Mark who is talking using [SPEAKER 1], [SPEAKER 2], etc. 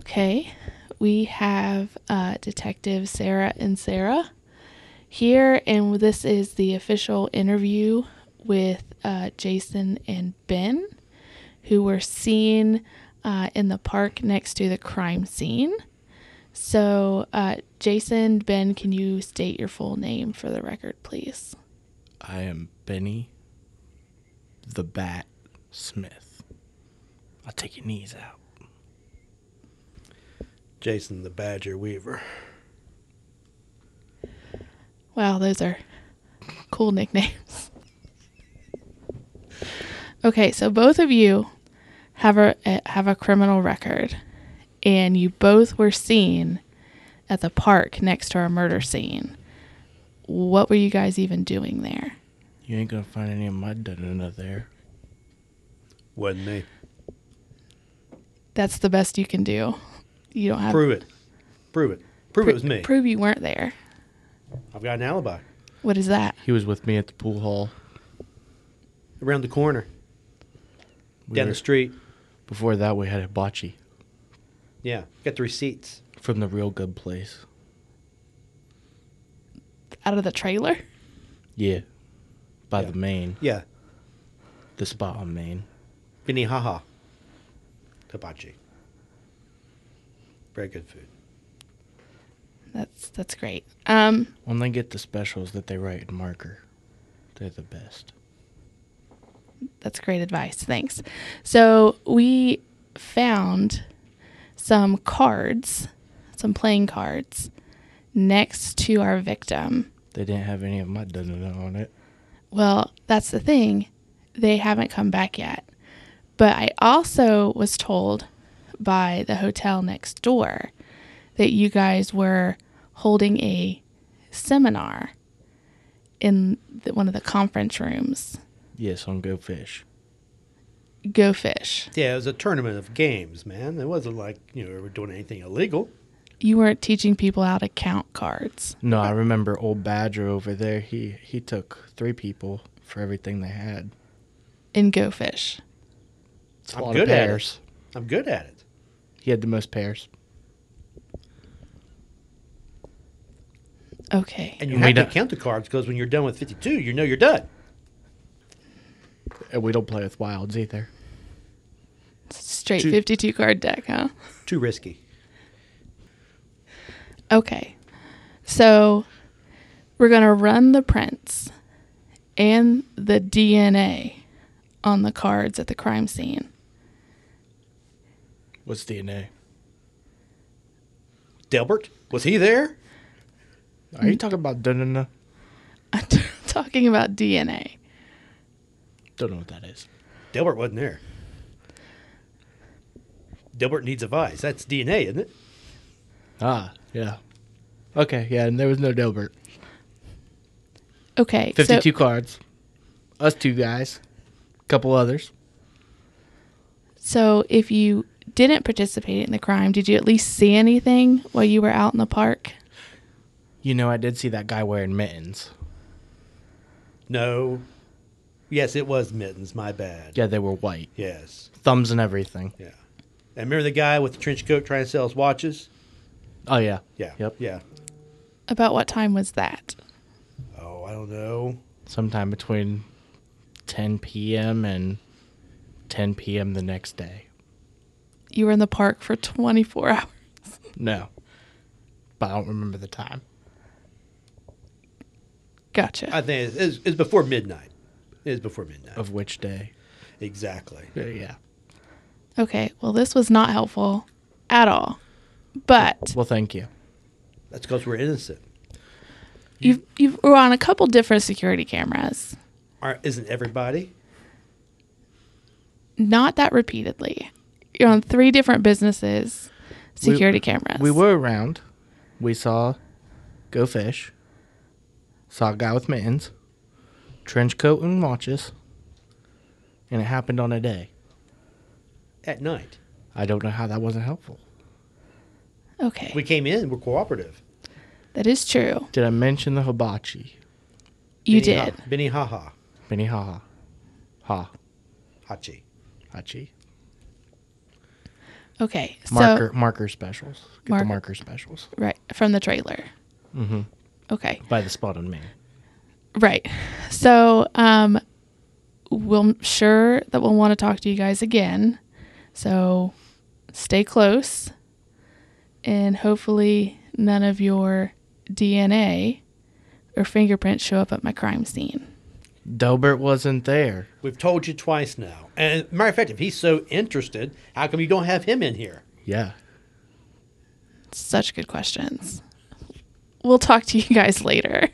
[SPEAKER 1] Okay, we have uh, Detective Sarah and Sarah here, and this is the official interview with uh, Jason and Ben, who were seen uh, in the park next to the crime scene. So, uh, Jason, Ben, can you state your full name for the record, please?
[SPEAKER 2] I am Benny the Bat Smith. I'll take your knees out.
[SPEAKER 3] Jason the Badger Weaver.
[SPEAKER 1] Wow, those are cool nicknames. Okay, so both of you have a eh, have a criminal record, and you both were seen at the park next to our murder scene. What were you guys even doing there?
[SPEAKER 2] You ain't gonna find any of my da-da-da there.
[SPEAKER 3] Wasn't me.
[SPEAKER 1] That's the best you can do. You don't have
[SPEAKER 3] Prove it. Prove it. Prove it was me.
[SPEAKER 1] Prove you weren't there.
[SPEAKER 3] I've got an alibi.
[SPEAKER 1] What is that?
[SPEAKER 2] He was with me at the pool hall.
[SPEAKER 3] Around the corner.
[SPEAKER 2] We
[SPEAKER 3] down
[SPEAKER 2] were-
[SPEAKER 3] the street.
[SPEAKER 2] Before that, we had hibachi
[SPEAKER 3] Yeah. Got the receipts.
[SPEAKER 2] from the real good place.
[SPEAKER 1] Out of the trailer?
[SPEAKER 2] Yeah. By
[SPEAKER 3] Yeah.
[SPEAKER 2] the main.
[SPEAKER 3] Yeah.
[SPEAKER 2] The spot on main.
[SPEAKER 3] Vinny Haha. Hibachi. Very good food.
[SPEAKER 1] That's that's great. Um,
[SPEAKER 2] When they get the specials that they write in marker, they're the best.
[SPEAKER 1] that's great advice. Thanks. So we found some cards, some playing cards, next to our victim.
[SPEAKER 2] They didn't have any of my da-da-da on it.
[SPEAKER 1] Well, that's the thing. They haven't come back yet. But I also was told by the hotel next door that you guys were holding a seminar in the, one of the conference rooms.
[SPEAKER 2] Yes, on Go Fish.
[SPEAKER 1] Go fish.
[SPEAKER 3] Yeah, it was a tournament of games, man. It wasn't like, you know, we were doing anything illegal.
[SPEAKER 1] You weren't teaching people how to count cards.
[SPEAKER 2] No, I remember old Badger over there. He he took three people for everything they had.
[SPEAKER 1] in Go Fish.
[SPEAKER 2] It's
[SPEAKER 3] I'm good at it. I'm good at it.
[SPEAKER 2] He had the most pairs.
[SPEAKER 1] Okay.
[SPEAKER 3] And you
[SPEAKER 2] And we
[SPEAKER 3] have to
[SPEAKER 2] don't-
[SPEAKER 3] count the cards because when you're done with 52, you know you're done.
[SPEAKER 2] And we don't play with wilds either.
[SPEAKER 1] Straight
[SPEAKER 3] Two-
[SPEAKER 1] 52 card deck, huh?
[SPEAKER 3] Too risky.
[SPEAKER 1] Okay. So we're going to run the prints and the DNA on the cards at the crime scene.
[SPEAKER 2] What's DNA?
[SPEAKER 3] Delbert, was he there?
[SPEAKER 2] Are you talking about da-da-da?
[SPEAKER 1] I'm talking about DNA.
[SPEAKER 2] Don't know what that is.
[SPEAKER 3] Delbert wasn't there. Delbert needs advice. That's DNA, isn't it?
[SPEAKER 2] Ah, yeah. Okay, yeah, and there was no Delbert.
[SPEAKER 1] Okay. so-
[SPEAKER 2] 52 cards. Us two guys. Couple others.
[SPEAKER 1] so if you didn't participate in the crime, did you at least see anything while you were out in the park?
[SPEAKER 2] You know, I did see that guy wearing mittens.
[SPEAKER 3] No. Yes, it was mittens. My bad.
[SPEAKER 2] Yeah, they were white.
[SPEAKER 3] Yes.
[SPEAKER 2] Thumbs and everything.
[SPEAKER 3] Yeah. And remember the guy with the trench coat trying to sell us watches?
[SPEAKER 2] Oh, yeah.
[SPEAKER 3] Yeah.
[SPEAKER 2] Yep.
[SPEAKER 3] Yeah.
[SPEAKER 1] About what time was that?
[SPEAKER 3] Oh, I don't know.
[SPEAKER 2] Sometime between 10 p.m. and 10 p.m. the next day.
[SPEAKER 1] You were in the park for 24 hours.
[SPEAKER 2] No. But I don't remember the time.
[SPEAKER 1] Gotcha.
[SPEAKER 3] I think it's, it's, it's before midnight. It's before midnight.
[SPEAKER 2] Of which day.
[SPEAKER 3] Exactly.
[SPEAKER 2] Yeah, Yeah.
[SPEAKER 1] Okay, well, this was not helpful at all. But
[SPEAKER 2] Well, thank you.
[SPEAKER 3] That's because we're innocent.
[SPEAKER 1] you've, you've, we're on a couple different security cameras,
[SPEAKER 3] Aren't, isn't everybody?
[SPEAKER 1] not that repeatedly. You're on three different businesses,
[SPEAKER 2] We-
[SPEAKER 1] security cameras.
[SPEAKER 2] We were around. We saw Go Fish. Saw a guy with mittens, trench coat and watches. And it happened on a day.
[SPEAKER 3] At night.
[SPEAKER 2] I don't know how that wasn't helpful.
[SPEAKER 1] Okay,
[SPEAKER 3] We came in. We're cooperative.
[SPEAKER 1] that is true.
[SPEAKER 2] Did I mention the hibachi?
[SPEAKER 1] You
[SPEAKER 3] Benny
[SPEAKER 1] did.
[SPEAKER 3] Ha, Benny Haha.
[SPEAKER 2] Benny ha ha. Ha.
[SPEAKER 3] Hachi.
[SPEAKER 2] Hachi.
[SPEAKER 1] Okay, so
[SPEAKER 2] Marker marker specials. Get
[SPEAKER 1] Marker-
[SPEAKER 2] the marker specials.
[SPEAKER 1] right from the trailer.
[SPEAKER 2] hmm
[SPEAKER 1] Okay,
[SPEAKER 2] By the spotted man.
[SPEAKER 1] right. So um, we'll sure that we'll want to talk to you guys again. So stay close, and hopefully none of your DNA or fingerprints show up at my crime scene.
[SPEAKER 2] Delbert wasn't there.
[SPEAKER 3] We've told you twice now. And matter of fact, if he's so interested, how come you don't have him in here?
[SPEAKER 2] Yeah.
[SPEAKER 1] Such good questions. We'll talk to you guys later.